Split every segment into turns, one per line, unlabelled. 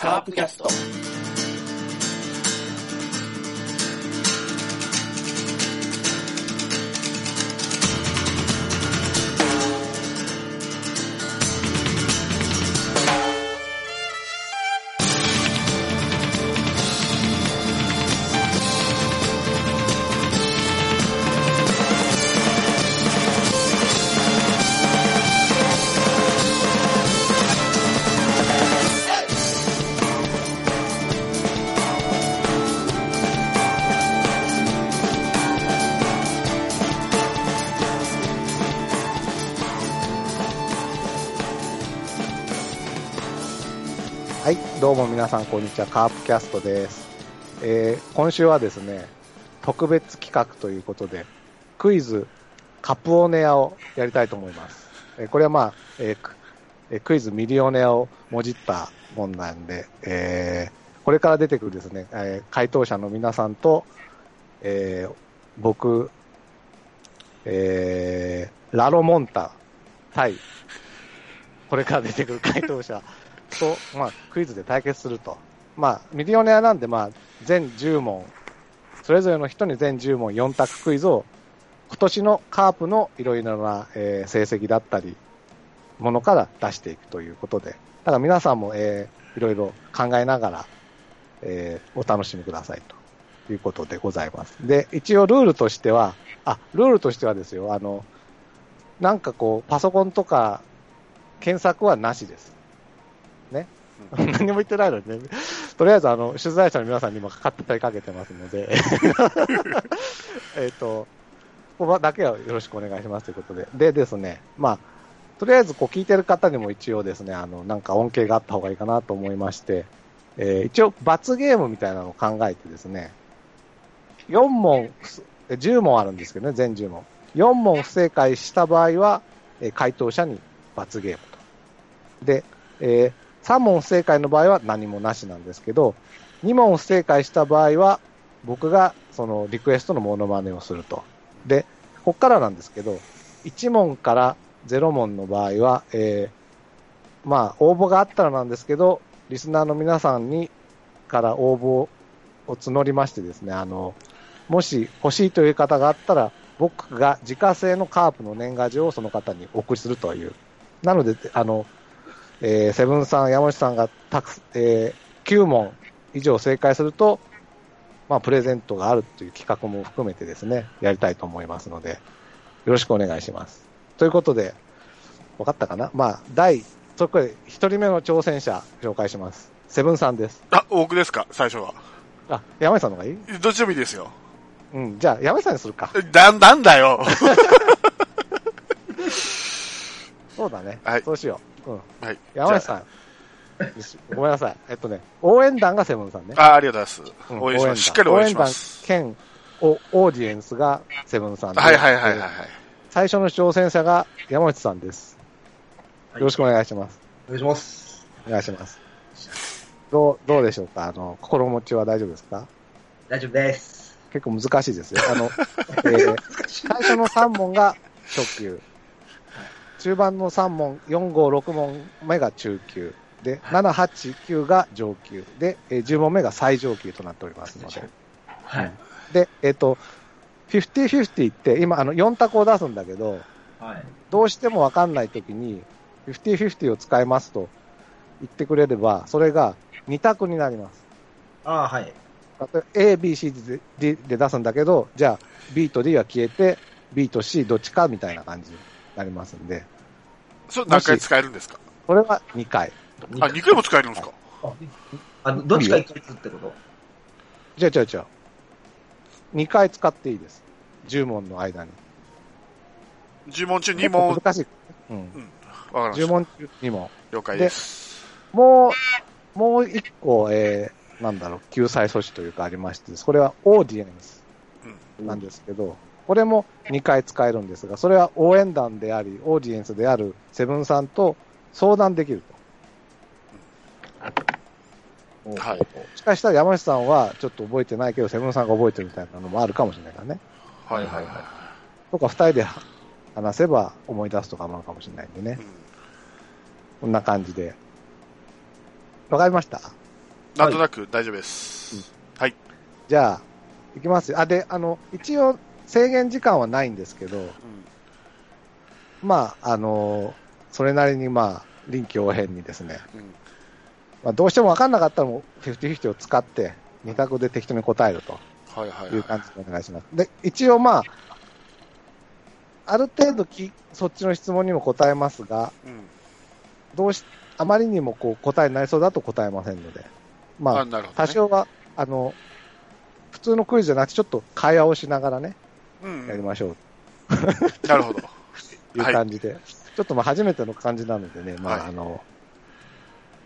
カープキャスト。
はい、どうも皆さん、こんにちは。カープキャストです。えー今週はですね、特別企画ということで、クイズ、カプオネアをやりたいと思います。えーこれはまあ、えーくえークイズミリオネアをもじったもんなんで、えーこれから出てくるですね、えー回答者の皆さんと、えー僕、えーラロモンタ対、これから出てくる回答者、と、まあ、クイズで対決すると。まあ、ミリオネアなんで、まあ、全10問、それぞれの人に全10問4択クイズを、今年のカープのいろいろな、えー成績だったり、ものから出していくということで、だから皆さんも、えーいろいろ考えながら、えーお楽しみくださいということでございます。で、一応ルールとしては、あ、ルールとしてはですよ、あの、なんかこう、パソコンとか、検索はなしです。 何も言ってないのにね。とりあえず、あの、取材者の皆さんにもかかってたりかけてますので、 えっと、ここだけはよろしくお願いしますということで。でですね、まあ、とりあえず、こう、聞いてる方にも一応ですね、あの、なんか恩恵があった方がいいかなと思いまして、えー一応、罰ゲームみたいなのを考えてですね、4問、え10問あるんですけどね、全10問。4問不正解した場合は、えー回答者に罰ゲームと。で、えー3問不正解の場合は何もなしなんですけど、2問不正解した場合は、僕がそのリクエストのモノマネをすると。で、こっからなんですけど、1問から0問の場合は、えーまあ、応募があったらなんですけど、リスナーの皆さんに、から応募を募りましてですね、あの、もし欲しいという方があったら、僕が自家製のカープの年賀状をその方にお送りするという。なので、あの、えーセブンさん、山内さんがたくす、えー9問以上正解すると、まあ、プレゼントがあるという企画も含めてですね、やりたいと思いますので、よろしくお願いします。ということで、分かったかなまあ、第、そこで1人目の挑戦者紹介します。セブンさんです。
あ、僕ですか最初は。
あ、山内さんの方がいい
どっちでもいいですよ。
うん、じゃあ山内さんにするか。
だ、なん だよ。
そうだね。
はい
そうしよう。うん。
はい。
山内
じゃ
さん。ごめんなさい。えっとね、応援団がセブンさんね。
あ。あ、ありがとうございます。
うん
応援します。しっかり応援します。
応援団兼おオーディエンスがセブンさんで
はいはいはいはい。
最初の挑戦者が山内さんです。よろしくお願いします。
お願いします。
お願いします。どう、どうでしょうかあの、心持ちは大丈夫ですか
大丈夫です。
結構難しいですよ。 あの、えー最初の3問が初級。中盤の3問、4、5、6問目が中級。で、7、8、9が上級。で、えー10問目が最上級となっておりますので。
はい。
で、えっ、と、50-50って、今、あの、4択を出すんだけど、
はい。
どうしてもわかんないときに、50-50を使いますと言ってくれれば、それが2択になります。
ああ、はい。
例えば A、B、C で D で出すんだけど、じゃあ B と D は消えて、B と C どっちかみたいな感じになりますんで、
それ何回使えるんですか
それは2回。
あ、2回も使えるんですか
あの、どっちか一回ずつってこと
じゃあ、じゃあ、じゃあ、2回使っていいです。10問の間に。
?10 問中2問、わ
結構
か
難しい。うん。
りまし
10
た。
問中2問。
了解です。
もう、もう一個、えー、なんだろう、救済措置というかありまして、これはオーディエンスなんですけど、これも2回使えるんですが、それは応援団であり、オーディエンスであるセブンさんと相談できると。
はい
しかしたら山内さんはちょっと覚えてないけど、セブンさんが覚えてるみたいなのもあるかもしれないからね。
はいはいは
とか、二人で話せば思い出すとかもあるかもしれないんでね
い。。
こんな感じで。わかりました
なんとなく大丈夫です。はい。
じゃあ、いきますよ。あ、で、あの、一応制限時間はないんですけど、
うん
まあ、あの、それなりにまあ、臨機応変にですね、
うん
まあ、どうしても分かんなかったらもう、フィフティフィティを使って、二択で適当に答えると
はいはいはい。
いう感じでお願いします。で、一応まあ、ある程度き、そっちの質問にも答えますが、
うん。
どうし、あまりにもこう答えになりそうだと答えませんので、まあ
あ、、なるほど、ね。
多少は、あの、普通のクイズじゃなくて、ちょっと会話をしながらね、
うんうん
やりましょう
なるほど。
という
はい
感じで、ちょっとまあ初めての感じなのでね、まあ、
はい
あの、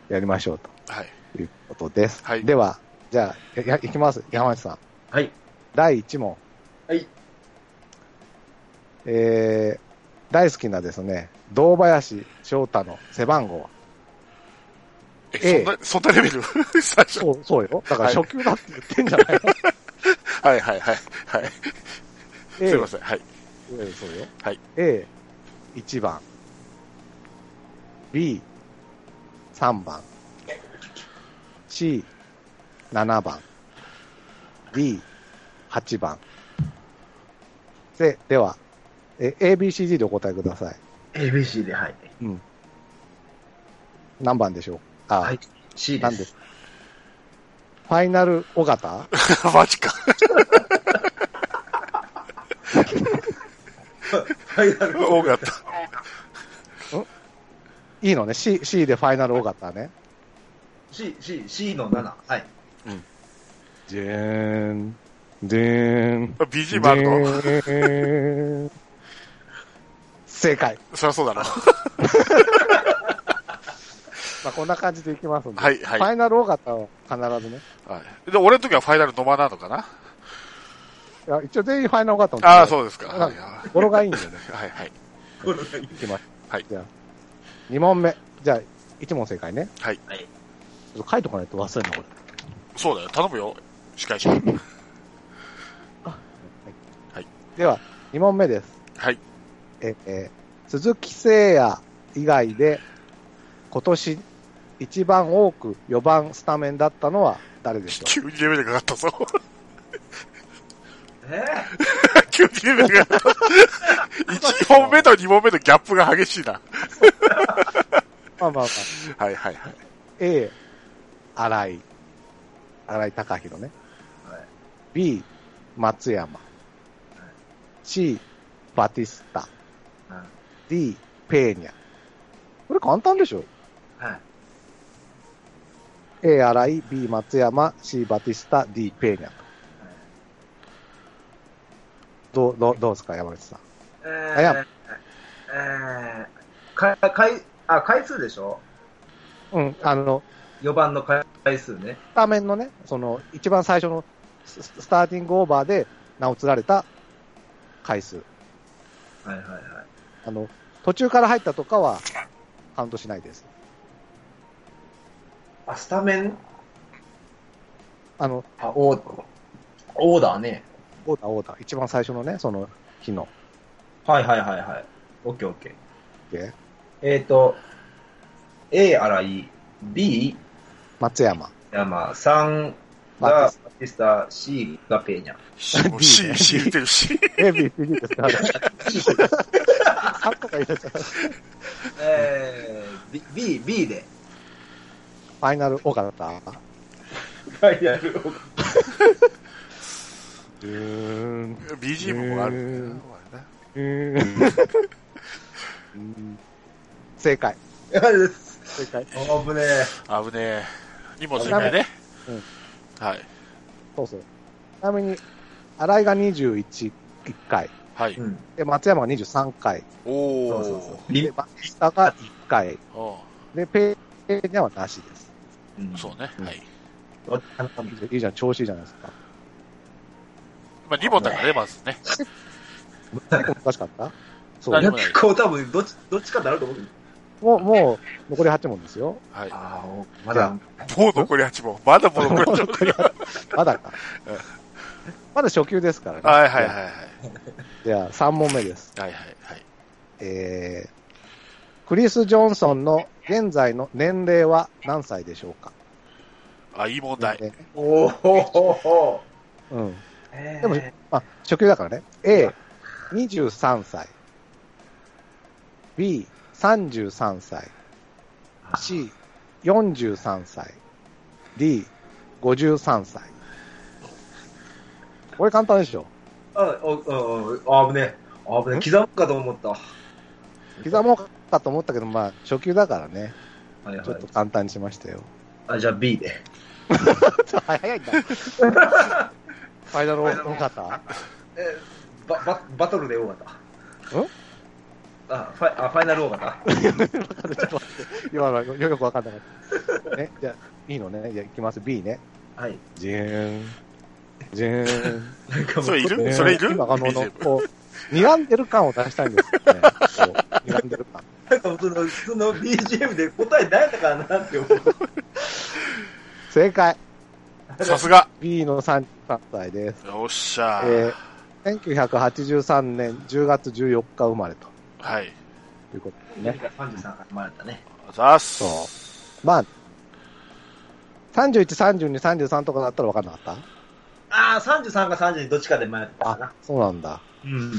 やりましょう
はい。
ということです。
はい
では、じゃあ、や、やいきます。山内さん。
はい。
第1問。
はい。
えー、大好きなですね、堂林翔太の背番号は。
え、
え
そんな、そんなレベル 最初。
そう、そうよ。だから
はい
初級だって言ってんじゃ ないの、
はいはいはい。はい。
え
すいません。はい。
ええそうよ。
はい。
A、1番。B、3番。C、7番。D、8番。で、では、え A、B、C、D でお答えください。
ABC で、はい。
何番でしょうあ、
はい。C で。
何です すファイナル尾形
マジか。
はい、なるほど。
多かった。
いいのね ?C、C でファイナル尾形ね。
C、C、C の7。はい。
じゅーん、じゅーん。
BG もあるの
の正解。
そりゃそうだな。
まあ、こんな感じでいきますんで。
はいはい
ファイナル大型は必ずね。
はい。で、俺の時はファイナル野間なのかない
や一応全員ファイナル大型
ああ、
う。
そうですか。
は
はいいは
語呂がいいん でね。
いはい。
これがいい
いきます。
はい
じゃあ、2問目。じゃあ、1問正解ね。
はい。
ちょっと書いとかないと忘れるな、こ
そうだよ。頼むよ。司会者。は
れ。では、2問目です。
い。
え、えー鈴木誠也以外で、今年一番多く4番スタメンだったのは誰でしょ
急にレベルが上がったぞ。
え
急にレベルが上がった。1本 目と2本目のギャップが激しいな。
うまあまあまあ。
はいはいはい。
A、新井。新井貴弘ね。
はい
B、松山。C、バティスタ。
ーはい
D、ペーニャ。これ簡単でしょ
はい。
?A、新井、B、松山、C、バティスタ、D、ペーニャ。どう、どう、どうですか、山口さん。
え
あや
ー、えー、か、かい、あ、回数でしょ
うん、あの、
?4 番の回数ね。
スタメンのね、その、一番最初のスススターティングオーバーで名を連れた回数。
はいはいはい。
あの、途中から入ったとかはカウントしないです。
あ、スタメン
あの、
あ、オー、オーダーね。
オーダーオーダー、一番最初のね、その日の。
はいはいはいはい。オッケーオッケー。
で
えっ、ー、と、A、新井、B、
松山。
山、3
バ
がバティスタ、C がペーニャ。
C、もう C、C 言ってるし。
A、B、C、D ですから。3個がいいですから。フ
えー、B、B で。
ァイナル、オカだった。
ファイナル。
うーん。
BG もあるんだよな。これね
正解。
です。
正解。
あぶね
危ねえ。2問正解ね
うん。
はい。
そうそう。ちなみに、新井が21、1回。
は
え
い。
ん。
で、松山が23回。
お
そうそう
ー
そ。
で、バッスタが1回。
お
で、ペーニャはなしです。
う。うん
ーそうね。はい。
う。
いいじゃん、調子いいじゃないですか。
まあ2問だからね、まずね。
結構難しかったそ
何
う。
もない
結構多分、どっち、どっちかになると思う。
もう、もう、残り8問ですよ。
はい。
ああ、ま
だ。
もう残り8問。まだもう残り8問。
まだか
うん。
まだ初級ですからね。
はいはいはいはい。
じゃあ、3問目です。
はいはいはい。
えー、クリス・ジョンソンの現在の年齢は何歳でしょうか
あ、いい問題。
年
おお。
齢うん。
えー
でも、まあ、初級だからね。A、23歳。B、33歳。C、43歳。D、53歳。これ簡単でしょ。
あ、お、お、お、危ねえ。危ねえ。刻むかと思った。は
刻もうかと思ったけど、まあ、初級だからね。
い
ちょ
は
っ
い
と。簡単にしましたよ。
あ、じゃあ B で。
早いんだ。 ファイナル多かった
えー、バ、バ、バトルで O 型。あ、ファイ、あ、ファイナル O 型。
今のはよよくわかんなかった。ね、じゃあ、いいのね。じゃあ、いきます。B ね。
はい。
ジーン。ジーン。
なんかもう
それいる
ね
それいる
今、あの、
BGM
こう、睨んでる感を出したいんです よね。こう睨んでる感。
なんかその、その BGM で答え誰だかなって思う。
正解。
さすが。
B の33歳です。
よっしゃー。
えー、1983年10月14日生まれと
はい。
いうことで
ね
ね。、
33から生まれたね。
ざっ
そ
す
う。。まあ、31、32、33とかだったら分かんなかっ
ああ、33か32どっちかで迷っ
た
たか
あ
な。、
そうなんだ。
うん。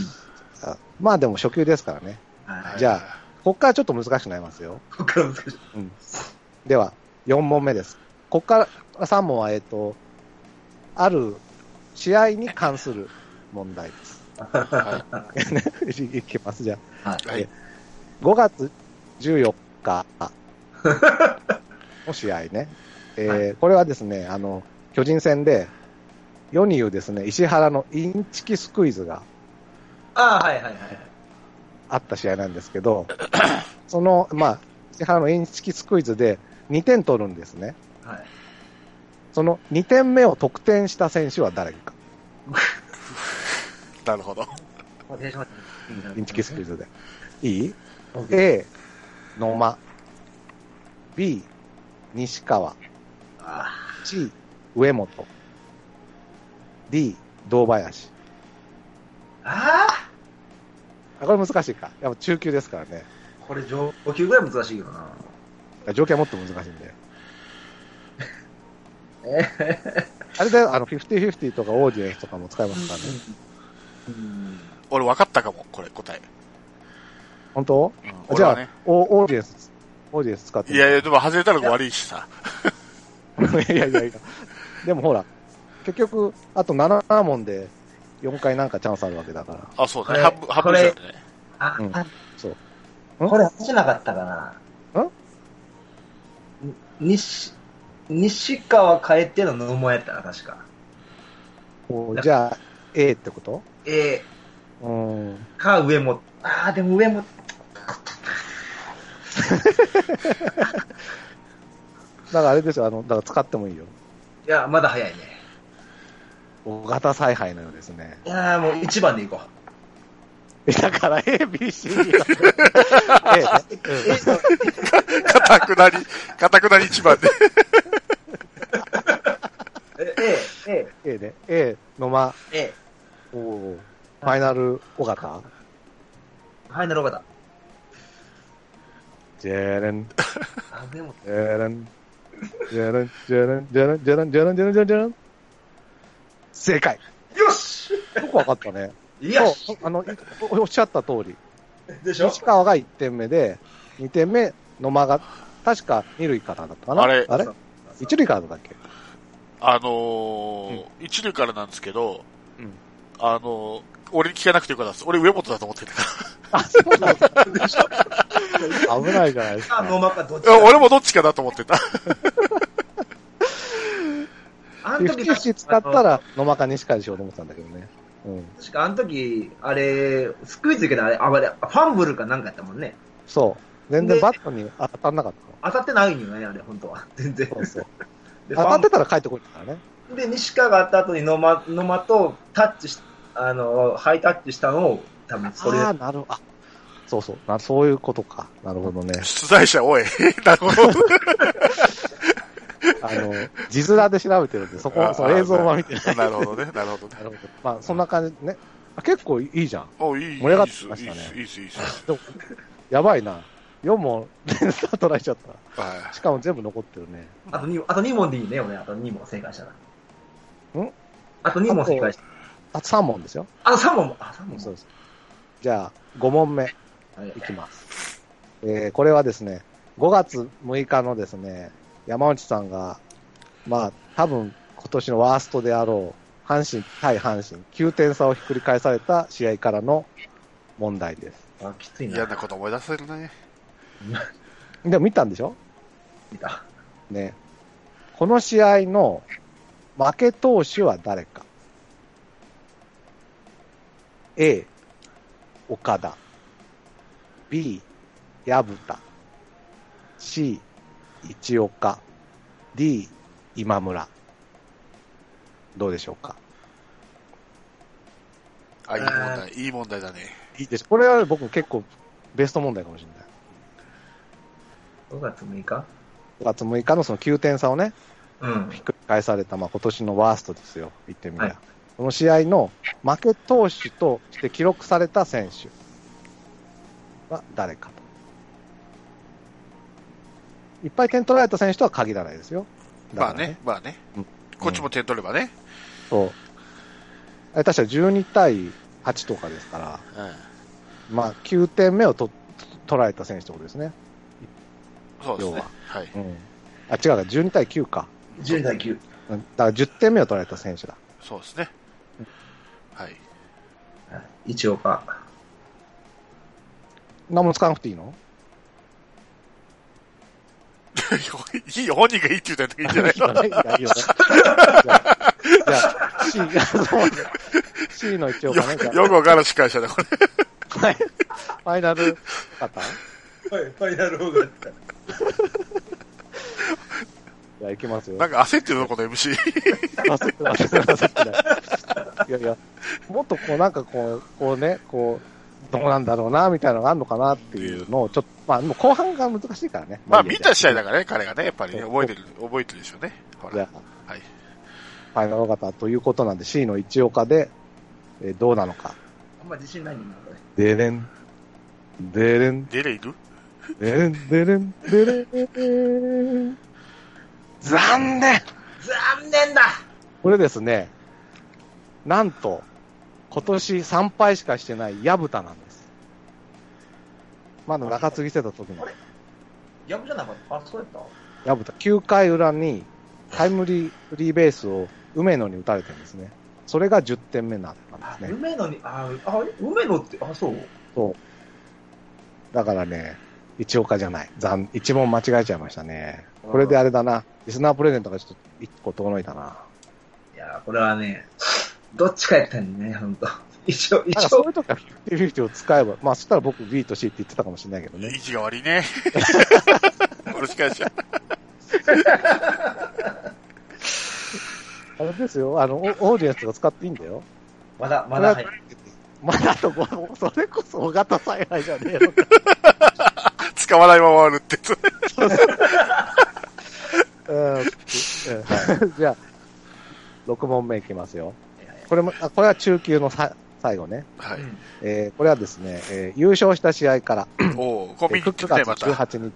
あまあでも初級ですからね。
はい。
じゃこっからちょっと難しくなりますよ。
こっから難しい。
では、4問目です。ここから3問は、えっ、と、ある試合に関する問題です。
あ。はい
きます、じゃ
い。はい。
あ。5月14日の試合ね。えー
は
これはですね、あの、巨人戦で、世に言うですね、石原のインチキスクイズが
ああ、はいはいはい。
あった試合なんですけど、その、まあ、石原のインチキスクイズで2点取るんですね。
はい。
その2点目を得点した選手は誰か。
なるほど。
お願いします。
インチキスクイズで。いい
オッケー
?A、野間。B、西川。
あ
C、上本。D、堂林。
ーあ
あ、これ難しいか。やっぱ中級ですからね。
ー、これ上級ぐらい難しいよな。
条件はもっと難しいんで。
え
あれで、あの、50-50とかオーディエンスとかも使えますからね。
うん。
俺分かったかも、これ、答え。
本当
うん
じ
俺
ゃ
は
あ
ね。、
おオーディエンス、オーディエンス使って。
いやいや、でも外れたら悪いしさ。
いやいやいや。でもほら、結局、あと7問で4回なんかチャンスあるわけだから。
あ、そう
こ
ね。
れ
半分、半
こ
分
れ
以上だね。
あ、
うん
あ
そう。
これ私じゃなかったかな。
ん
ん西、西川変えての野茂やったな、確か。
おじゃあ、A ってこと
え
うん。
ー、か上も。ああ、でも上も。
だからあれですよ、あの、だから使ってもいいよ。
いや、まだ早いね。
大型采配のようですね。
いやーもう一番でいこう。
だから A、B、C、D だ A ね
かたくなり、かたくなり一番で。
え、え、え、
A ね。A のま、
え、
おーファイナル尾形
ファイナルオーバーだ。
ジェレン、
あ、でも、
ジェレン、ジェレン、ジェレン、ジェレン、ジェレン、ジェレン、ジェレン、ジェレン、ジェレン。正解。
よし
よくわかったね。
よし
そうあの、いおおっしゃった通り。
でしょ
西川が1点目で、2点目、野間が、確か2塁からだったかな。
あれ
あれ
そうそう
?1 塁からだったっけ
あのー、一流からなんですけど、
うん
あのー、俺に聞かなくてよかったです。俺上本だと思ってたか
あ、そうなんだ。危ないじゃないです
あ、ノ
か。
ーマかどっち
ら。
か。
俺もどっちかだと思ってた。。
あの時、
50使ったら、野間か西川でしようと思ってたんだけどね。うん。
確かあの時、あれ、スクイズだけど、あれ、あ、あれ、ファンブルかなんかやったもんね。
そう。全然
で
バットに当たんなかったの。
当たってないんよね、あれ、本当は。全然。
そうそう。
で、
当たってたら帰ってこいだからね。
ファンブルで、西川があった後に野間、野間とタッチし、あの、ハイタッチしたのを、多分それ、
ああ、なるほど。あ、そうそう。な、そういうことか。なるほど ね
出題者、おい。 なるほど。
あの、字面で調べてるんで、そこ、その映像は見てない。
ない。なるほどね、なるほど
な
ね。
るほど。まあ、そんな感じね。あ結構いいじゃん。
おいい、
盛り上がってきましたね
いいっす、いいっす、いいっす。いいっす
やばいな。 4問連鎖取られちゃった。
は
しかも全部残ってるね。
あと2、あと2問でいいね、俺。あと2問正解したら。
ん
あと2問正解した。
あと3問ですよ。
あと3問も。あ、3問
そう
も。
です。じゃあ、5問目
はい
いきます。えー、これはですね、5月6日のですね、山内さんが、まあ、多分今年のワーストであろう、阪神対阪神、9点差をひっくり返された試合からの問題です。
あ、きつい
い。
な。
嫌なこと思い出せるね。
でも見たんでしょ
見た。
ね。この試合の負け投手は誰か ?A、岡田。B、薮田。C、一岡。D、今村。どうでしょうか
あ、いい問題、いい問題だね。
いいでしょこれは僕結構ベスト問題かもしれない。
5月6日
5月6日のその9点差をね、
うん。
ひっくり返された、まあ、今年のワーストですよ、言ってみりゃ、
はい
この試合の負け投手として記録された選手は誰かと。いっぱい点取られた選手とは限らないですよ。
まあ
だから
ね。、まあね
うん。
こっちも点取ればね。
そう。え確か12対8とかですから、
うん。
まあ、9点目をと取られた選手ってことですね。
そうですね
要は。
はい。
うん。あ、違うか、12対9か。
10対9。
うんだから10点目を取られた選手だ。
そうですね。はい。
一応か。
何も使わなくていいの
いいよ、本人がいいって言ったらいいんじゃない の
いやいいよね。じゃあ、じゃあ C が、そうね C の一応かね、じゃ
よよくわからん司会者だ、これ。
あ、はいファイナル方じ
はい、ファイナルオーガ
ゃあ、いきますよ。
なんか焦ってるの、この MC。
忘れてない忘れてないいやいや、もっとこう、なんかこう、こうね、こう、どうなんだろうな、みたいなのがあるのかなっていうのを、ちょっと、まあ、もう後半が難しいからね。
まあ
いい
見
やじゃ
た試合だからね、彼がね、やっぱりね、覚えてる、覚えてるでしょうね。ほ
じ
ら
ゃ。あ、
はい
ファイナル方ということなんで、C の一応かで、えーどうなのか。
あんま自信ないんだこ
で
れ。
れん。でれん。
デレいる
でれんでれんでれん。残念
残念だ
これですね、なんと、今年3敗しかしてない矢蓋なんです。まだ中継ぎしてた時の
やぶじゃなかったあ、そうやった
矢蓋、9回裏にタイムリースリーベースを梅野に打たれてるんですね。それが10点目になったんですね。
梅野に、あ、あ梅野って、あ、そう。
だからね、一岡じゃない。残、一問間違えちゃいましたね。これであれだな、リスナープレゼントがちょっと一個遠のいたな。
いやー、これはね、どっちかやったんね、ほんと。一応、一
なんかそうい
応
う、時は50-50を使えば、まあそしたら僕 B と C って言ってたかもしれないけどね。
位置が悪いね。 この司会者。
あれですよ、あの、オオーディエンスが使っていいんだよ。
まだ、まだ入
こ
る。
まだとこ、それこそ尾形災害じゃねえのか。
使わないまま終わるって。
うんうん じゃあ、6問目いきますよ。これも、あこれは中級のさ最後ね。
はい。
えーこれはですね、えー優勝した試合から、
おお、
え
こう見に
ー
行って
9
ね、
月
また。
18日。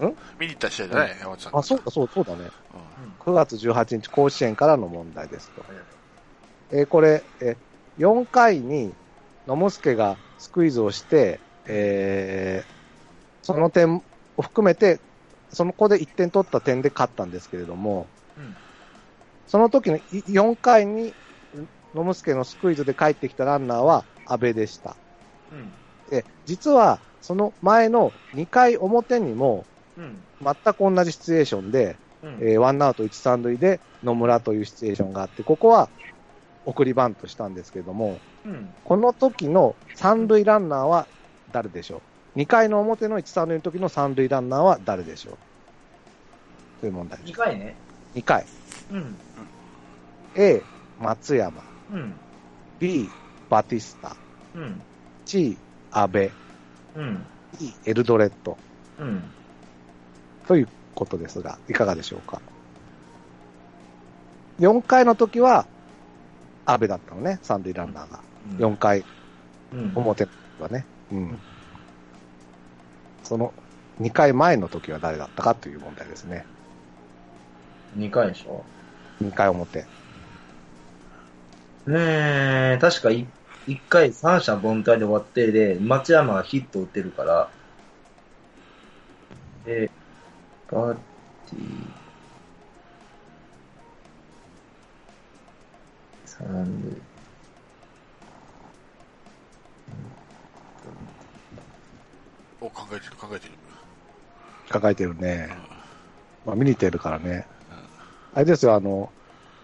うん
ん。
見に行った試合じゃない、山本さん。
あ、そうだ、そう、そうだね。
う
9
ん。
月18日甲子園からの問題ですと。
はい
えーこれ、えー4回に野茂助がスクイズをして、えーその点を含めて、その子で1点取った点で勝ったんですけれども、
うん
その時のい4回に野茂助のスクイズで帰ってきたランナーは安倍でした。
うん。
で実は、その前の2回表にも、
うん。
全く同じシチュエーションで、
うん。
えーワンアウト一三塁で野村というシチュエーションがあって、ここは送りバントしたんですけれども、
うん。
この時の三塁ランナーは誰でしょう ?2 回の表の一三塁の時の三塁ランナーは誰でしょうという問題。
2回ね。
2回。
うん。
A、松山。
うん。
B、バティスタ。
うん。
C、安倍。
うん。
E、エルドレッド。
うん。
ということですが、いかがでしょうか ?4 回の時は、安倍だったのね、三塁ランナーが。4回
うん。
表はね。うん。その、 2回前の時は誰だったかという問題ですね。
2回でしょ
2回表。
ねえ、確かい一回三者凡退で終わって、で、松山がヒット打ってるから、で、バッティー、三塁。
お、考えてる、考えてる。
抱えてるね。まあ、見に行ってるからね。あれですよ、あの、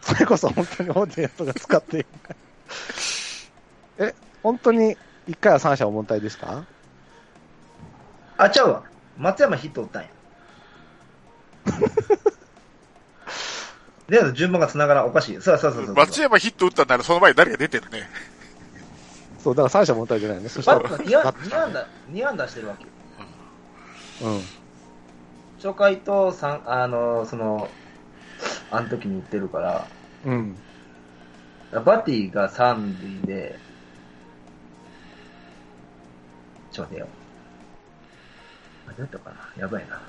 それこそ本当にオーディエンスが使っていないえ、本当に1回は三者凡退でした
あ、ちゃうわ。松山ヒット打 ったんや。で、順番が繋がらんおかしい。そうそうそうそう。
松山ヒット打ったならその前に誰が出てるね。
そう、だから三者凡退じゃないよね。そした
バ
ら、
ット2安打、2安打、二安打してるわけよ。
うん。
初回と三、あの、その、あの時に言ってるから、
うん。
バティが三塁で、ちょ、待てよ。あ、どうやったかなやばいな。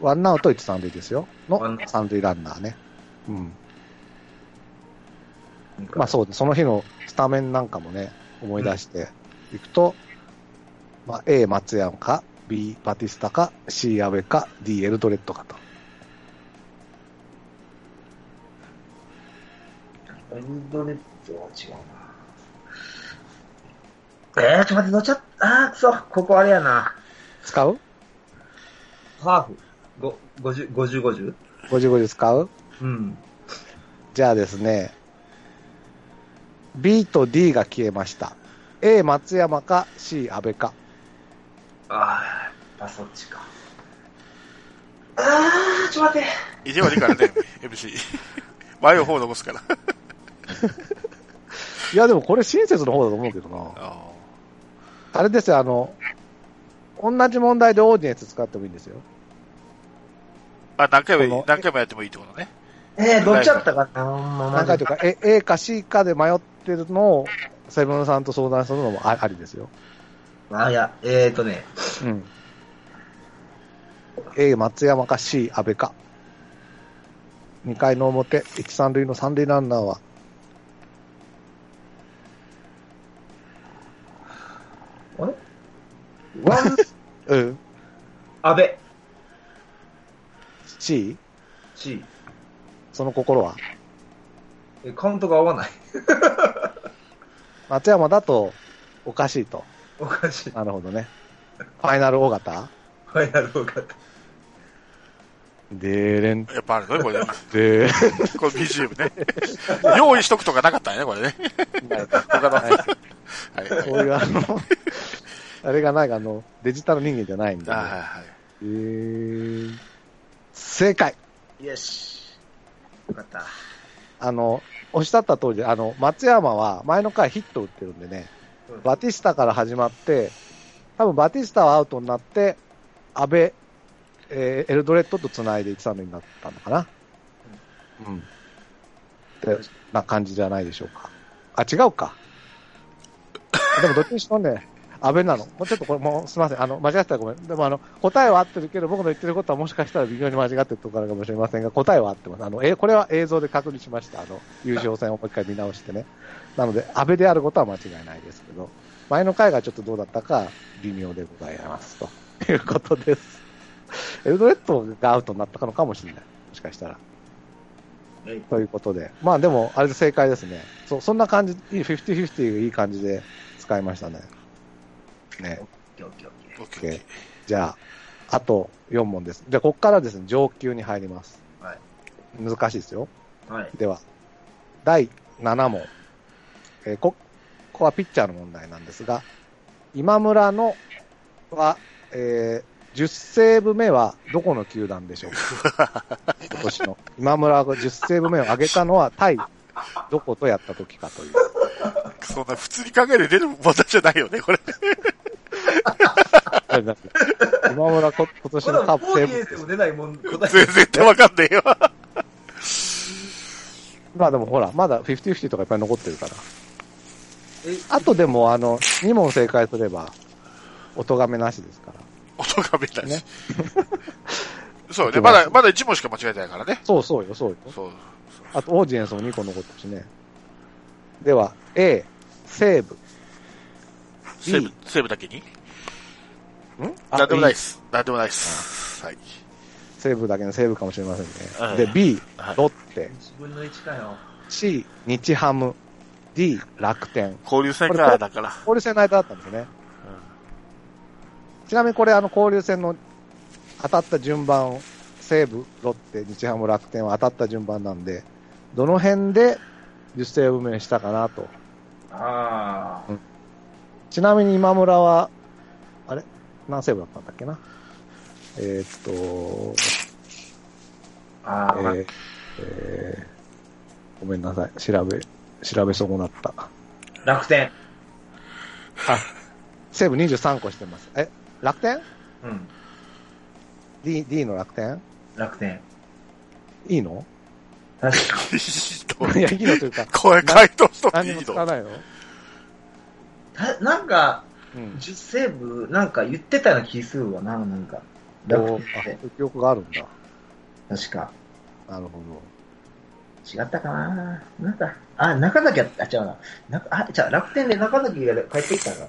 ワンアウト1、三塁ですよ。
ワン
の三塁ランナーね。うん。まあそうです。その日のスタメンなんかもね、思い出していくと、まあ A、松山か、B、バティスタか、C、阿部か、D、エルドレッドかと。
インドネットは違うな。えー、ちょっと待って、乗っちゃった。あー、くそ、ここあれやな。
使う
ハーフ。ご、50、50、50?
?50、50使う
うん。
じゃあですね、B と D が消えました。A、松山か、C、阿部か。
あー、やっぱそっちか。あー、ちょっと待って。
いてはいいからね、MC。前を方残すから。
いや、でもこれ親切の方だと思うけどな。
あ
あれですよ、あの、同じ問題でオーディエンス使ってもいいんですよ。
ーあ、何回
こ
も
の、
何回もやってもいいってことね。
えー、乗っちゃったかな。まあ
何回というか、A, A か C かで迷ってるのを、セブンさんと相談するのもあありですよ。
あ、いや、えーとね、
うん。A、松山か C、安倍か。2回の表、1、三塁の三塁ランナーは、
あれワ ン、
うん、
安倍。
C?
C。
その心は
えカウントが合わない。
松山だと、おかしいと。
おかしい。
なるほどね。ファイナル大型
ファイナル多かった。
でーれん、
やっぱあるのね、これね。
で ー
この BGM ね。用意しとくとかなかったんやね、これね。
れん。
他の。はいはい。
そういうあの、あれがないあの、デジタル人間じゃないんで、
あはいはい。
えー正解
よし。よかった。
あの、おっしゃった通り、あの、松山は前の回ヒット打ってるんでね、バティスタから始まって、多分バティスタはアウトになって、安倍、えーエルドレッドと繋いで1、3塁になったのかな。うん。ってな感じじゃないでしょうか。あ、違う か。でもどっちにしろね、安倍なの。もうちょっとこれもうすみません。あの、間違ってたらごめん。でもあの、答えは合ってるけど、僕の言ってることはもしかしたら微妙に間違ってるところあるかもしれませんが、答えは合ってます。あの、え、これは映像で確認しました。あの、優勝戦をもう一回見直してね。なので、安倍であることは間違いないですけど、前の回がちょっとどうだったか微妙でございます。ということです。 エルドレッドがアウトになったのかもしれない。もしかしたら。
はい
ということで。まあでも、あれで正解ですね。そう、そんな感じ、いい50-50がいい感じで使いましたね。ね。
オッケーオッケーオッケ
オッケーオッ
OK
ケ
じゃあ、あと4問です。じゃあ、ここからですね、上級に入ります。
はい
難しいですよ。
ー。はい。
では、第7問。えーこ、ここはピッチャーの問題なんですが、今村のは、えー10セーブ目はどこの球団でしょうか今年の。今村が10セーブ目を上げたのは対どことやった時かという。
ーそんな普通に考えて出る問題じゃないよね、これ。
あれなんですけど今村こ今年
ま
の
だ
カー
もう
プ
フォ
セー
ーデ
ブ
ィエンスも出ないもん、答え。
全 然手わかんねえよ。
まあでもほら、まだ50-50とかいっぱい残ってるから。
え、
あとでも、あの、2問正解すれば、お咎めなしですから。
音がめないし
ね。
そうね、まだ、まだ1問しか間違えてないからね。
そうそうよ、そうよ。
そう。
あと、オーディエンスも2個残ってるしね。では、A、西部。
セーブ、セーブだけに
んあ
なんでもないっ
B
す。なんでもないっす。はい。
西部だけの西部かもしれませんね。
はい
で、B、
はい
ロッテ。
1分の1かよ。
C、日ハム。D、楽天。
交流戦
これ
からだから。
交流戦の間だったんですね。ちなみにこれ、あの、交流戦の当たった順番を、西武、ロッテ、日ハム、楽天は当たった順番なんで、どの辺で受精運命したかなと。
ああ。
ちなみに今村は、あれ何セーブだったんだっけなえーっと、
あ
え
あ、
ーえーごめんなさい。調べ、調べ損なった。
楽天。
セーブ23個してます。え、楽天
うん。
?D、D の楽天
楽天。
いいの
確か。
い
い
いの
や、いいのというか、
これ回答しとってい
何
い
も使わ
の
ないの
たなんか、
うん。
10セーブ、なんか言ってたような気するわな、なんか。楽
こう
天って。
あ、記憶があるんだ。
確か。
なるほど。
違ったかななんだ。あ、中崎やあ、違うな。なあ、じゃあ楽天で中崎が帰ってきたから。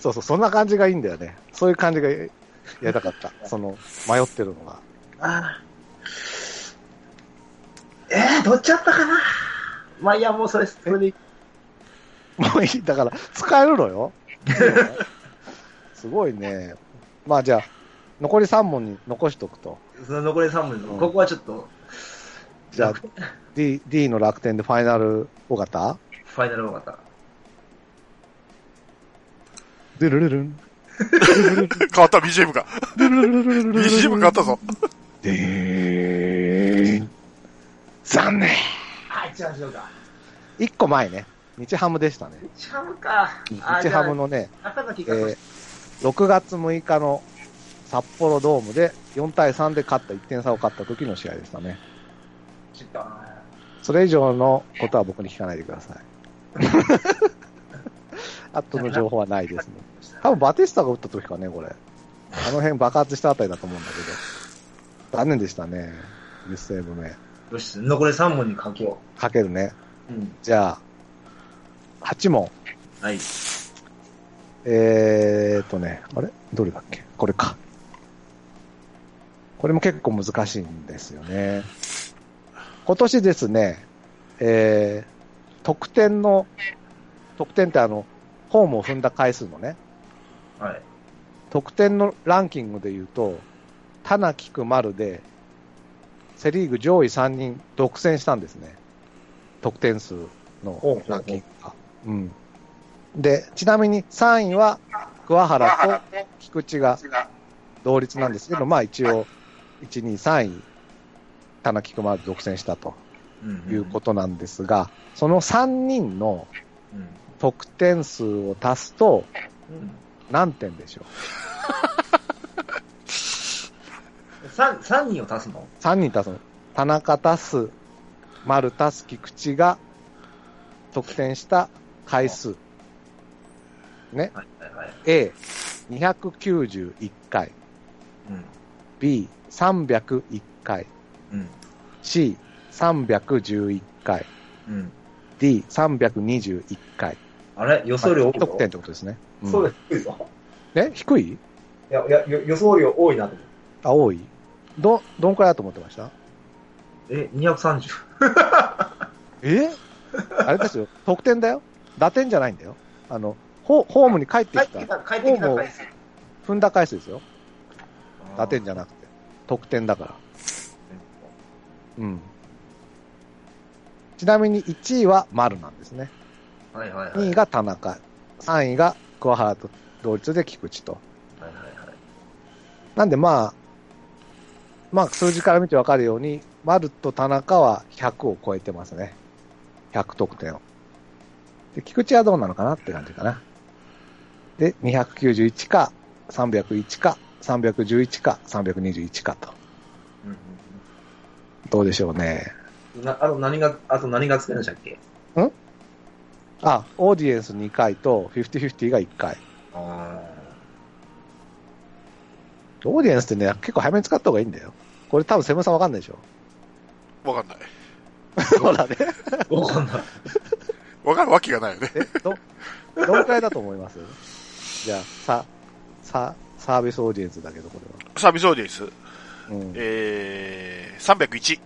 そうそう、そんな感じがいいんだよね。そういう感じがやりたか った。その、迷ってるのが。
ああ。えー、どっちだったかなまあいいや、もうそれ、それでいい。
もういい。だから、使えるのよ。すごいね。まあじゃあ、残り3問に残しとくと。
その残り3分の、
うん
ここはちょっと、
じゃあ、D、D の楽天でファイナル尾形
ファイナルの方。
ドゥルルルン。
変わった BGM が。
ドゥルルルルルルルル
BGM 変わったぞ。
でーん。残念
はい、違う違うか。
一個前ね。日ハムでしたね。
チャムか。あ
日ハム。のね、
じゃあ中崎
え
が、
ー、6月6日の札幌ドームで4対3で勝った、1点差を勝った時の試合でしたね。
ちょっと
それ以上のことは僕に聞かないでください。あとの情報はないですね。多分バテスタが打った時かね、これ。あの辺爆発したあたりだと思うんだけど。残念でしたね。ミスセーブ目。
よし、残り3問にかけよ
かけるね。
う。うん。
じゃあ、8問。
はい。
えーっとね、あれどれだっけこれか。これも結構難しいんですよね。今年ですね、えー、得点の、得点ってあの、ホームを踏んだ回数のね、
はい。
得点のランキングで言うと、田中菊丸で、セリーグ上位3人独占したんですね。得点数
ほう
の
ほう
ランキングが。うん。で、ちなみに3位は桑原と菊池が同率なんですけど、まあ一応、1、2、3位、田中菊丸独占したと
うん
いうことなんですが、その3人の
うん。
得点数を足すと
うん。
何点でしょう
3、三人を足すの
3人足すの。田中足す、丸足す、菊池が得点した回数。ね。
はいはいはい。
A、291回。
うん。
B、301回。
うん。
C、311回。
うん。
D、321回。
あれ予想量多いよ。
得点ってことですね。うん
そうです。低いぞ。
え低い
いや、いや、よ予想量多いなと思って。
あ、多いど、どんくらいだと思ってました
え、230。
え あれですよ。得点だよ。打点じゃないんだよ。あの、ホホームに帰って
帰っ
き
て
た
き。た、帰ってきた回数。
踏んだ回数ですよ。打
て
点じゃなくて。得点だから。うん。ちなみに1位は丸なんですね。
はいはいはい。
2位が田中。3位が桑原と同率で菊池と。
はいはいはい。
なんでまあ、まあ数字から見てわかるように、丸と田中は100を超えてますね。100得点を。で、菊池はどうなのかなって感じかな。で、291か、301か、311か、321かと。
うんうん
どうでしょうね。
うんなあと何が、あと何がつくんでしたっけ
んあ、オーディエンス2回と、50-50が1回。
あ
オーディエンスってね、結構早めに使った方がいいんだよ。これ多分セブンさんわかんないでしょ。
わかんない。
ほらね。
ーわかんない。
わかるわけがないよね。
え、ど、どのくらいだと思いますじゃあ、さ、さ、サービスオーディエンスだけど、こ
サービスオーディエンス。
れは。うん。
えー、301。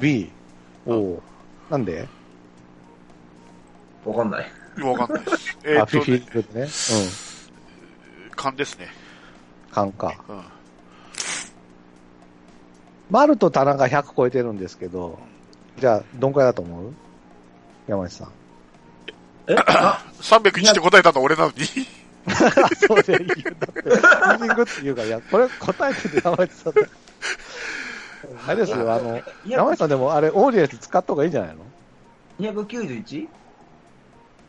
B。おお。なんで
わかんない。
わかんないです。え
あ、
ーっ
フィ
と
フィ
ね、
ールドね。う
勘ですね。
ん。感か。
うん。
マルと棚が100超えてるんですけど、じゃあ、どんくらいだと思う山内さん。
えあ
301って答えたの俺なのに。
あ、 そうでいいよ。だって、ミーティングっていうか、いや、これ答えてて山内さ んだ。あれですよ、あの、
いや
山内さんでもあれ、オーディエンス使った方がいいんじゃないの
291?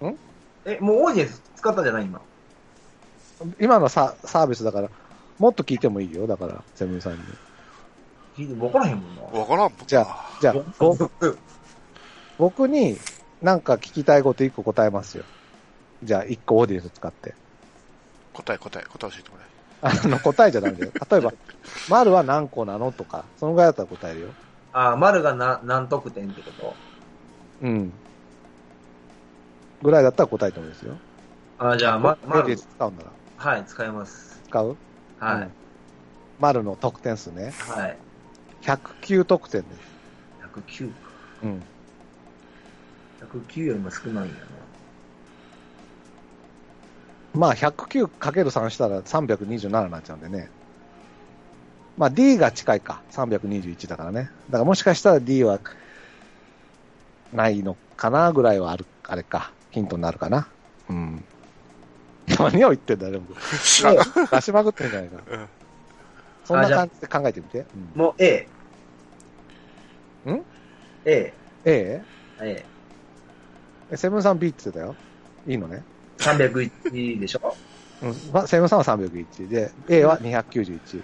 ん
え、もうオーディエンス使ったんじゃない今。
今のササービスだから、もっと聞いてもいいよ、だから、セブンさんに。
聞いても分からへんもんな。
わからんもん。
じゃあ、じゃあ、ぼ僕になんか聞きたいこと一個答えますよ。じゃあ、一個オーディエンス使って。
答え答え、答え教えてもらえ。
あの、答えじゃダメだよ。例え ば、丸は何個なのとか、そのぐらいだったら答えるよ。
あー、丸がな何得点ってこと
うん。ぐらいだったら答えてもいいですよ。
あー、じゃあ、ま、
オーディエン
丸
ス、使うんなら。
はい、使います。
使う
はい、
うん丸の得点数ね。
はい。
109得点です。
109か。
うん。
109よりも少ないんやな。
まあ、109×3 したら327になっちゃうんでね。まあ、D が近いか。321だからね。だからもしかしたら D は、ないのかなぐらいはある、あれか。ヒントになるかな。うん。何を言ってんだよ、僕。
知らん。
出しまくってんじゃないか。
うん
そんな
あじゃあ
感じで考えてみて。うん、
もう A。
ん
?A。
A?
A。
えセブンさん B って言ってたよ。いいのね。
301でしょ
うん。まあセブンさんは301で、A は291。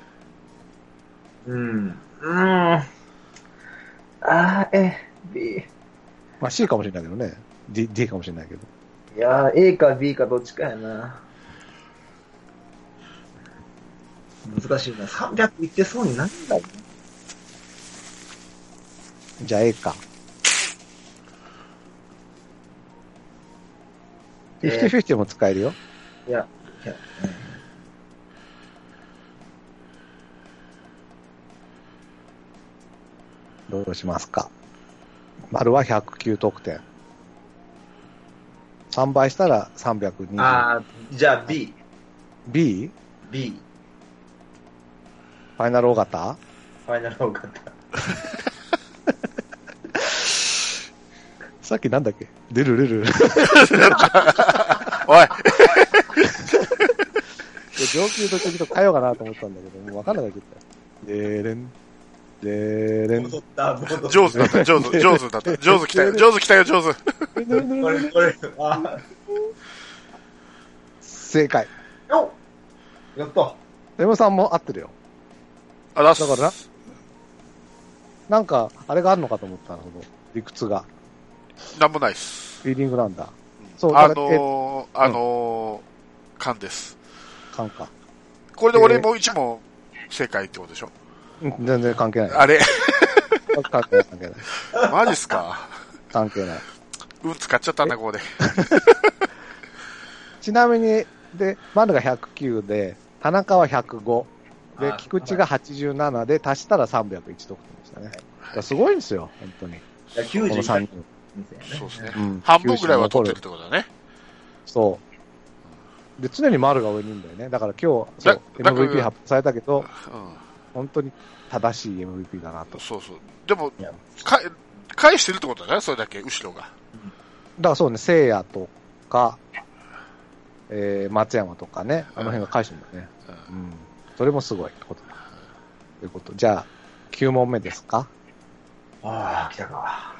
うん。うーん。あー、A、B。
まあ C かもしれないけどね。D, D かもしれないけど。
いやー、A か B かどっちかやな。難しいな。300いってそうになんだよ。
じゃあ A か。
えー
50-50も使えるよ。
いや、いや、
どうしますか。丸は109得点。3倍したら
うん
320。
あー、じゃあ B。
B?
B。
ファイナル大型
ファイナルオーカー
さっきなんだっけルルルルル。
おい、
で上級とちょっと変えようかなと思ったんだけど、もう分かんなくなっちゃった。でーれん、でーれん、で
戻った、戻っ
上手だった、上 手、上手だった。上手来たよ、上手来たよ、上手。
ーれん
た。これ、これ、あ
正解。
ー、よっやった。
レムさんも合ってるよ。
あ、出す。
だからな、なんか、あれがあるのかと思ったの、その、理屈が。
なんもないっす。
フィーリングなんだ。そう、
あ
だから、え、
のー、あのー、勘です。
感か。
これで俺も一問正解ってことでしょ
うん全然関係ない。
あ れ
関係ない、関係ない。
マジっすか
関係ない。
運使っちゃったんだ、ここで。
ちなみに、で、丸が109で、田中は105。で
あ、ー
菊池が87で、足したら301得点でしたね。だからすごいんですよ、本当に。
いや、
この3
91
人。
そうですね。
うん
半分ぐらいは取ってるってことだね。
そう。で、常に丸が上にいるんだよね。だから今日、そう、
だだから
MVP 発表されたけど、
う
本当に正しい MVP だなと
ん。。そうそう。でも
いや、
か返してるってことだね、それだけ、後ろが。
だからそうね、聖夜とか、えー、松山とかね、あの辺が返してるんだよね。
う
うん。それもすごいってことだ。ということ。じゃあ、9問目ですか
あー、来たか。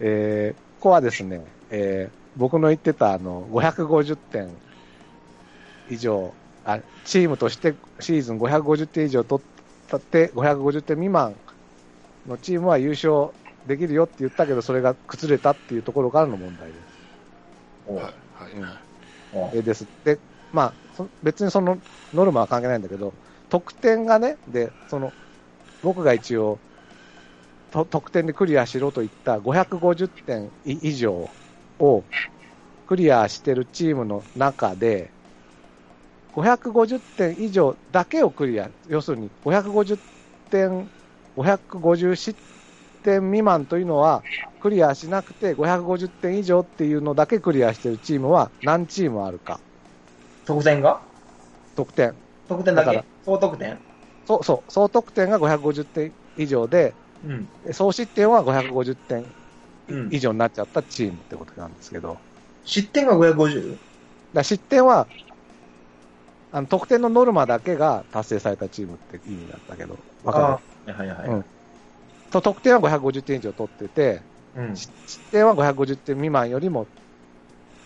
えー、ここはですね、えー、僕の言ってたあの、550点以上、あ、チームとしてシーズン550点以上取ったって、550点未満のチームは優勝できるよって言ったけど、それが崩れたっていうところからの問題です。
おう
はいはいはい
おう
えーです。で、まあ、そ別にそのノルマは関係ないんだけど、得点がね、で、その、僕が一応、と得点でクリアしろと言った550点い以上をクリアしてるチームの中で、550点以上だけをクリア、要するに550点、550失点未満というのは、クリアしなくて550点以上っていうのだけクリアしてるチームは何チームあるか、
得点が
得点。
得点だ
だ
け
か
総得点
そうそう、総得点が550点以上で、
うん。
総失点は550点
うん
以。上になっちゃったチームってことなんですけど、だか
失点が 550?
ら失点は、あの得点のノルマだけが達成されたチームって意味なんだけど、わか
あーはいはい
うん
はい。
ると得点は550点以上取ってて、
うん。
し失点は550点未満よりも、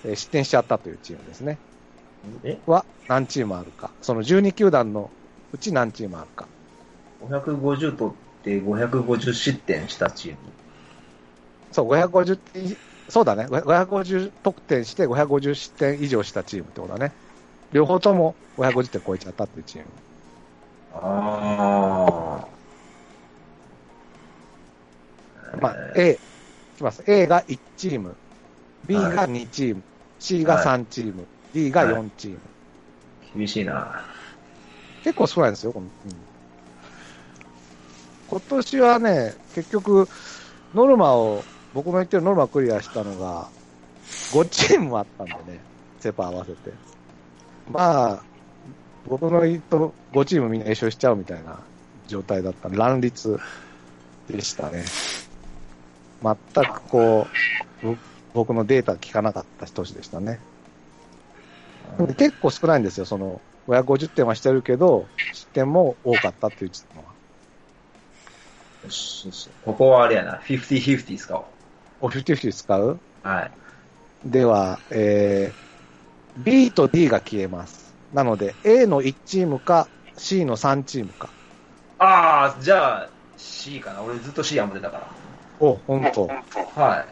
えー失点しちゃったというチームですね。
え
は何チームあるか、その12球団のうち何チームあるか、
?550 取って550失点したチーム。
そう、550点、そうだね、550得点して550失点以上したチームってことだね。両方とも550点超えちゃったっていうチーム。
ああ。
まあ、A、いきます。A が1チーム、B が2チーム、C が3チーム、D が4チーム。
厳しいな。
結構少ないですよ、この、うん今年はね、結局、ノルマを、僕の言ってるノルマをクリアしたのが、5チームあったんでね、セパ合わせて。まあ、僕の言うと5チームみんな一緒しちゃうみたいな状態だった。乱立でしたね。全くこう、ぼ僕のデータが効かなかった年でしたね。で結構少ないんですよ、その、550点はしてるけど、失点も多かったっていうチームは。
よしよしここはあれやな。50-50ですか。
お、50-50使う
はい。
では、えー、B と D が消えます。なので、A の1チームか、C の3チームか。
ああ、じゃあ C かな。俺ずっと C やんでたか
お、本当。
ら。はい。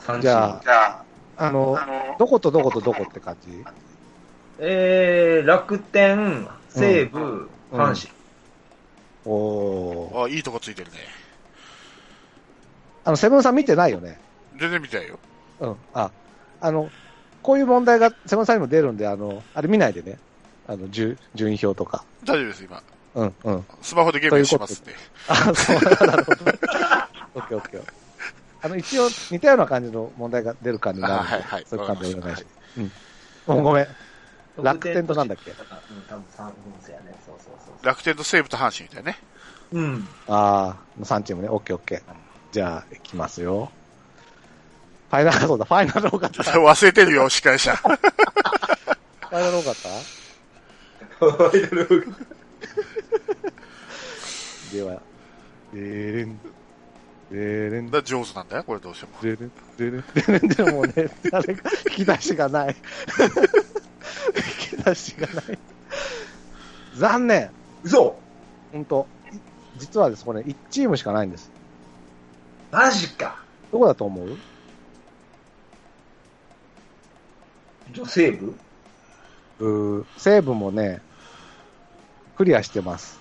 三
じゃあ
チーム
あの、どことどことどこって感じ
えー、楽天、西武、
うん
阪神。
おー
あ、いいとこついてるね。
あの、セブンさん見てないよね。
全然見たいよ。
うん。あ、あの、こういう問題がセブンさんにも出るんで、あの、あれ見ないでね。あの、順順位表とか。
大丈夫です、今。
うん、うん。
スマホでゲームしますんで。
あ、そう、なるほど。オッケーオッケー。あの、一応、似たような感じの問題が出る感じがあるんで、
あはいはい
そういう感じでお願いします。うん。ごめん。
楽
楽
天
天となんだっけ
うん、多分三分やね。そうそうそうそ
楽天と西武と阪神みたいなね。
う。うん。
ああ、3チームね。オッケーオッケー。じゃあ、いきますよ。ファイナル、そうだ、ファイナル多かった。フ
忘れてるよ、司会 者。
ァイナル多かったでは、でーれん、でーれん、で
だ上手なんだよ、これどうしても。
ーれん、でーれん、でーれんでもね、誰か、引き出しがない。引き出しがない。残念。
嘘
本当実はです、これ、1チームしかないんです。
マジか。
どこだと思う
女西部
うー西武もね、クリアしてます。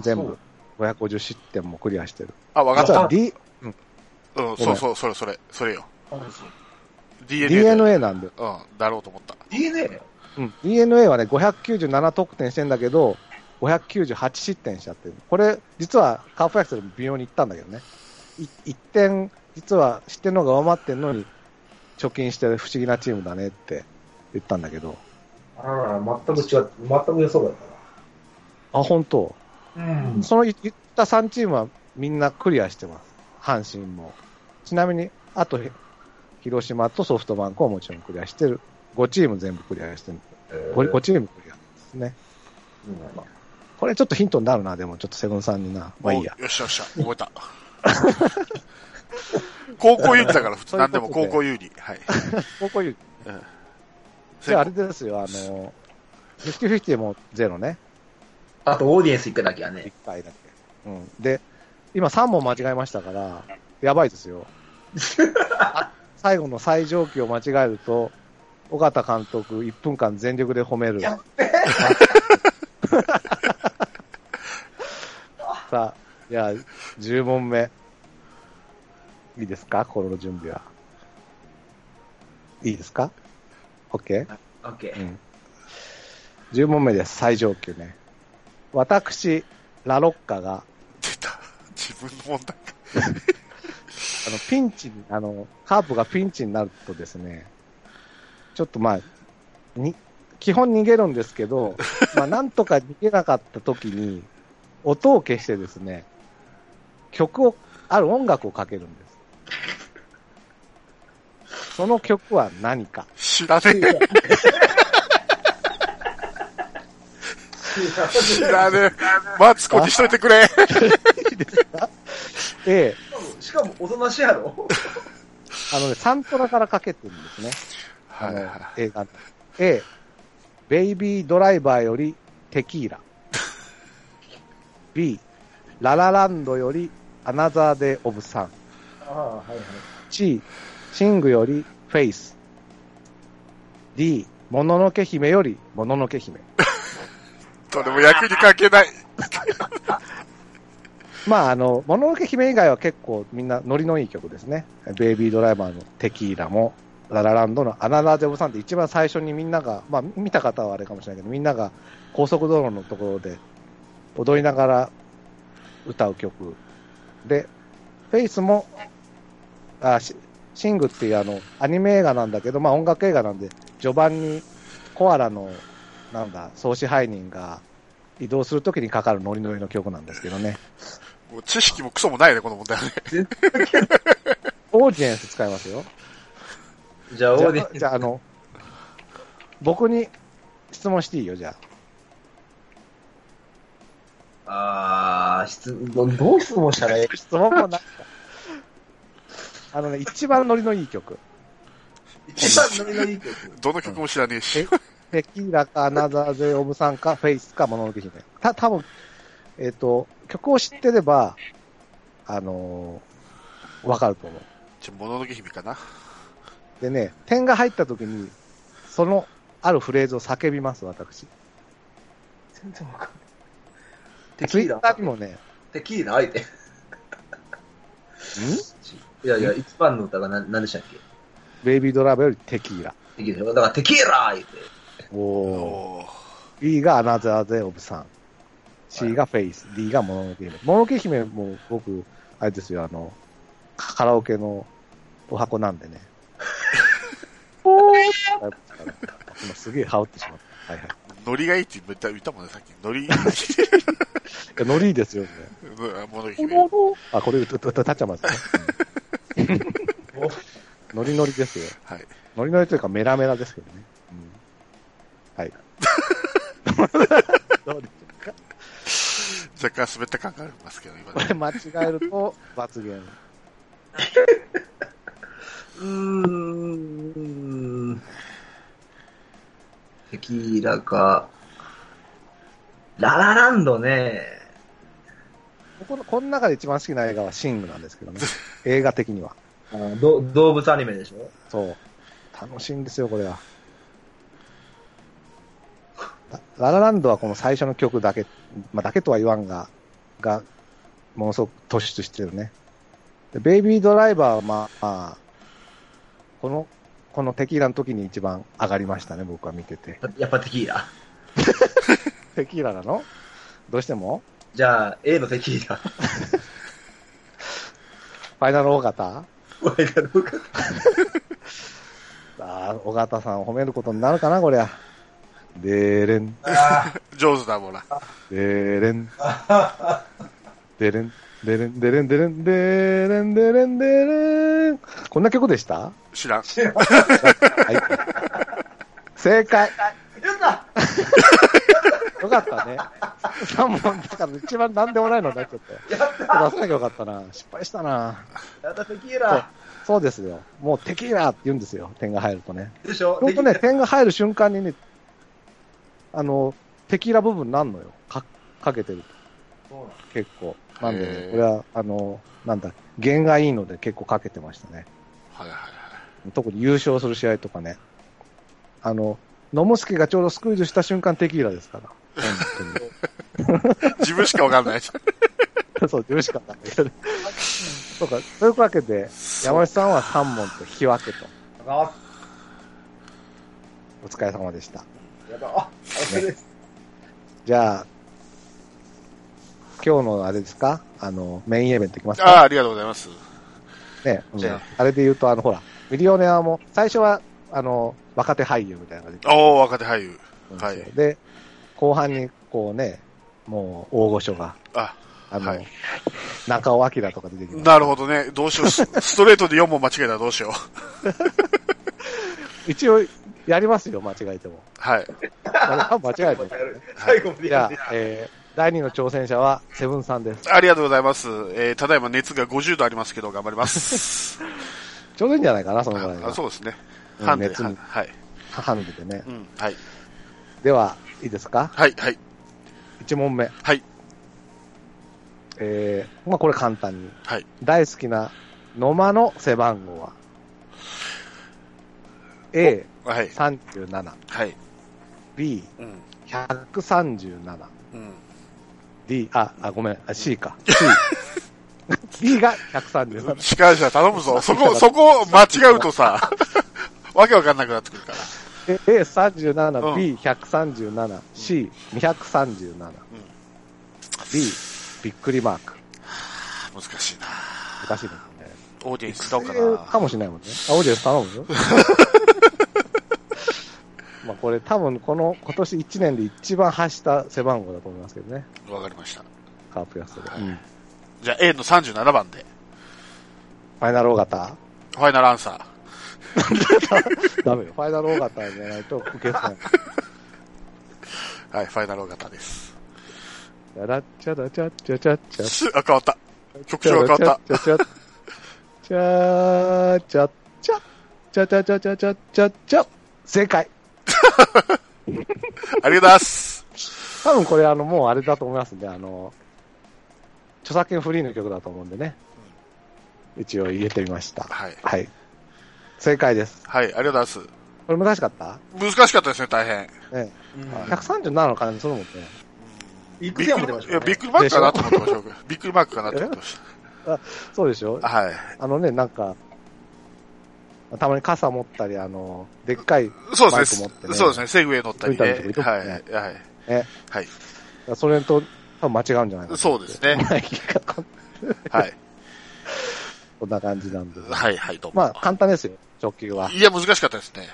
全部。。550失点もクリアしてる。
あ、わかっ
実
た。
は D、
うん、そうそう、それそれ、それよ。
あそう
DNA。
DNA なんで。
うん、だろうと思った。
DNA だよ。
うん、DNA はね、597得点してんだけど、598失点しちゃってる。これ、実はカープ野球でも微妙にいったんだけどね。1点、実は失点の方が上回ってんのに、貯金してる不思議なチームだねって言ったんだけど。
あらら、全く違う。全く予想外
あ、本当。
だな。うん。
その言った3チームはみんなクリアしてます。阪神も。ちなみに、あと、広島とソフトバンクはもちろんクリアしてる。5チーム全部クリアしてる。5, 5チームクリアですね。これちょっとヒントになるな、でもちょっとセブンさんにな。まあいいや
お。よっしゃよっしゃ、覚えた。 高校有利だから、普通、なんでも高校有利。 はい。
ここ言うじ
西
ゃああれ
武
ですよ、あの、50-50もゼロね。
あと、オーディエンス一回だけやね。
1回だけ。うん。で、今3問間違えましたから、やばいです よ。あ最後の最上級を間違えると、尾形監督1分間全力で褒める。
やっ
さあ、じゃあ、10問目。いいですか心の準備は。いいですか ?OK?
オッケ
う
ー。
ん。10問目です。最上級ね。私、ラロッカが、
出た。自分の問題か。
あの、ピンチに、あの、カープがピンチになるとですね、ちょっとまあ、に、基本逃げるんですけど、まあ、なんとか逃げなかった時に、音を消してですね、曲を、ある音楽をかけるんです。その曲は何か
知らねえ。知らねえ。マツコにしといてくれ。
?A、
しかも、おとなしいやろ
あのね、サントラからかけてるんですね。
は
あ
い
の
は
映画。A、ベイビードライバーよりテキーラ。B、ララランドよりアナザーデイオブサン。
ああ、はいはい。
C、シングよりフェイス。D、もののけ姫よりもののけ姫。
い。とでも役にかけない。
まあ、あの、もののけ姫以外は結構みんなノリのいい曲ですね。ベイビードライバーのテキーラも、ララランドのアナザーゼブさんって一番最初にみんなが、まあ見た方はあれかもしれないけど、みんなが高速道路のところで踊りながら歌う曲。で、フェイスも、あシシングっていうあの、アニメ映画なんだけど、まあ音楽映画なんで、序盤にコアラの、なんだ、総支配人が移動するときにかかるノリノリの曲なんですけどね。
もう知識もクソもないね、この問題はね。
オーディエンス使いますよ。
じゃあ、オ
じゃ
ーディエン
あ、じゃああの、僕に質問していいよ、じゃあ。
ああ、質、ど、どう質問したらいい
質問もない。あのね、一番ノリのいい曲。
一番ノリのいい曲。
どの曲も知らねえし。
テキーラか、アナザーゼオブさんか、フェイスか、もののけ姫。た、多分えっ、と、曲を知ってれば、あのーわかると思う。
じゃ、もののけ姫かな。
でね、点が入った時に、その、あるフレーズを叫びます、私。
全然わかんない。テキ
ツイ
ー
ッ
ラ
ターにもね、ん
テキーラ相手。いやいや、一番の歌がな何でしたっけ
ベイビードライバーよりテキーラ。
テキーラ。だから、テキーラ相手。
おおー。
おー
B がアナザーゼオブさん。C がフェイス。D がもののけ姫。もののけ姫も僕、あれですよ、あの、カラオケのお箱なんでね。おー今すげえ羽織ってしまった。はいはい。
ノリがいいって言った言ったもんね、さっき。ノリ、
いやノリですよ、ね。
もののけ姫。
あ、これ歌、歌、歌っちゃいますね。うんノリノリですよ。
はい。
ノリノリというかメラメラですけどね。うん はい。どうでしょうか
若干滑った感がありますけど、今
こ
ね。
れ間違えると罰ゲーム。
うーん。テキーラか。ララランドね。
このこの中で一番好きな映画はシングなんです けどね。映画的には。
あのど動物アニメでしょ
そう。楽しいんですよ、これは。ラララランドはこの最初の曲だけ、まあ、だけとは言わんが、が、ものすごく突出してるね。でベイビードライバーは、まあ、まあ、この、このテキーラの時に一番上がりましたね、僕は見てて。
やっぱテキーラ。
テキーラなのどうしても
じゃあ、A のテキーラ。
ファイナル尾形
これがどうか
ああ、尾形さんを褒めることになるかな、こりゃ。でーれん。
あ
上手だもんな。
でれん。 でれん。でれん、でれん、でれん、でれん、でれん、でれん。こんな曲でした
知ら
は
ん。
い。正解。
ーやった
よかったね。3問だから一番なんでもないのになっちゃったよ。出さなきゃよかったな。失敗したな。
やったテキーラ。
そうですよ。もうテキーラって言うんですよ。点が入るとね。
でしょ
ほんとね、
テキー
点が入る瞬間にね、あの、テキーラ部分なんのよ。か、かけてると
ラそうなの
結構。
へ
なん
へ
で、
ー
これは、あの、なんだ、弦がいいので結構かけてましたね。
はいはい
特に優勝する試合とかね。あの、野茂助がちょうどスクイズした瞬間テキーラです から。本
はい。自分しかわかんない。
当に。そう、よろしかったんだけどね。そうか、そういうわけで、山内さんは3問と引き分けと。
あ、
お疲れ様でした。
やだ。あ、あれです。
じゃあ、今日のあれですかあの、メインイベントいきます
ああ、
か
ありがとうございます。
ね、うん
じゃあ
あれで言うと、あの、ほら、ミリオネアも、最初は、あの、若手俳優みたいなのが出て
おー、若手俳優。
くるんですよ
は
で、後半に、こうね、もう、大御所が、
あ、
あの、
はい
中尾明とか出てきます。
なるほどね。どうし よう。スストレートで4問間違えたらどうしよう。
一応、やりますよ、間違えても。
はい。
あ間違えても。
最後まで
じゃ
や
あ
る。、
えー、第二の挑戦者は、セブンさんです。
ありがとうございます。えー、ただいま熱が50度ありますけど、頑張ります。
ちょうどいいんじゃないかな、そのぐらい
あ
が。
そうですね。
うん
ハンデで。
熱
は
に
はい。
母の出てね
う。ん。はい。
では、いいですか
はい、はい。
一問目。
はい。
えー、まあこれ簡単に。
はい。
大好きな野間の背番号は ?A、
はい。
37、
はい。
B、
うん。
137、
うん。
D、あ、あ、ごめん、あ C か。C。B が137。
司会者頼む ぞ。そこ、そこ間違うとさ、 わけわかんなくなってくるから。
A、37、
うん
B、137、C、237。D、びっくりマーク。
難しいな
難しいですね。
オーディエンス使おうか
か
な
もしれないもんね。あ、オーディエンス頼むよ。 まあこれ多分この今年1年で一番発した背番号だと思いますけどね。
わかりました。
カープヤスで。
はい
うんフ
じゃあ A の37番で、
ァイナルオーガ タ
ファイナルアンサー。
ダメよ。ファイナルオーガタじゃないと受けない。
はい、ファイナル型です。
チャラチャラチャチャチャチャ。。
あ、変わった。曲調が変わった
チャチャチャチャチャチャチャチャチャチャチャ。正解。
た。ありがとうございます。
多分これあのもうあれだと思いますね。あの、著作権フリーの曲だと思うんでね。一応入れてみました。
はい。
はい。正解です。
はい、ありがとうござい
これ難しかった
ます。難しかったですね、大変。
ね。
うん
137の感じするもんね。
いく
びっ
つや
く
も出
り
まし
い
た
や
ね。
びっくりマークかなと思ってました僕。びっくりマークかなと思ってまし
そうでしょ
た。はい。
あのね、なんか、たまに傘持ったり、あの、でっかい、
そうです
マイク持
ね
ってね
そうですね。セグウェイ乗ったりね。
吹いたりとか
は
ね
い。はい。
ね
はい。
それと、多分間違うんじゃないかな
そうですね。
マイクがこん
はい。
こんな感じなんで。
はい、はい、どうも。
まあ、簡単ですよ、直球は。
いや、難しかったですね。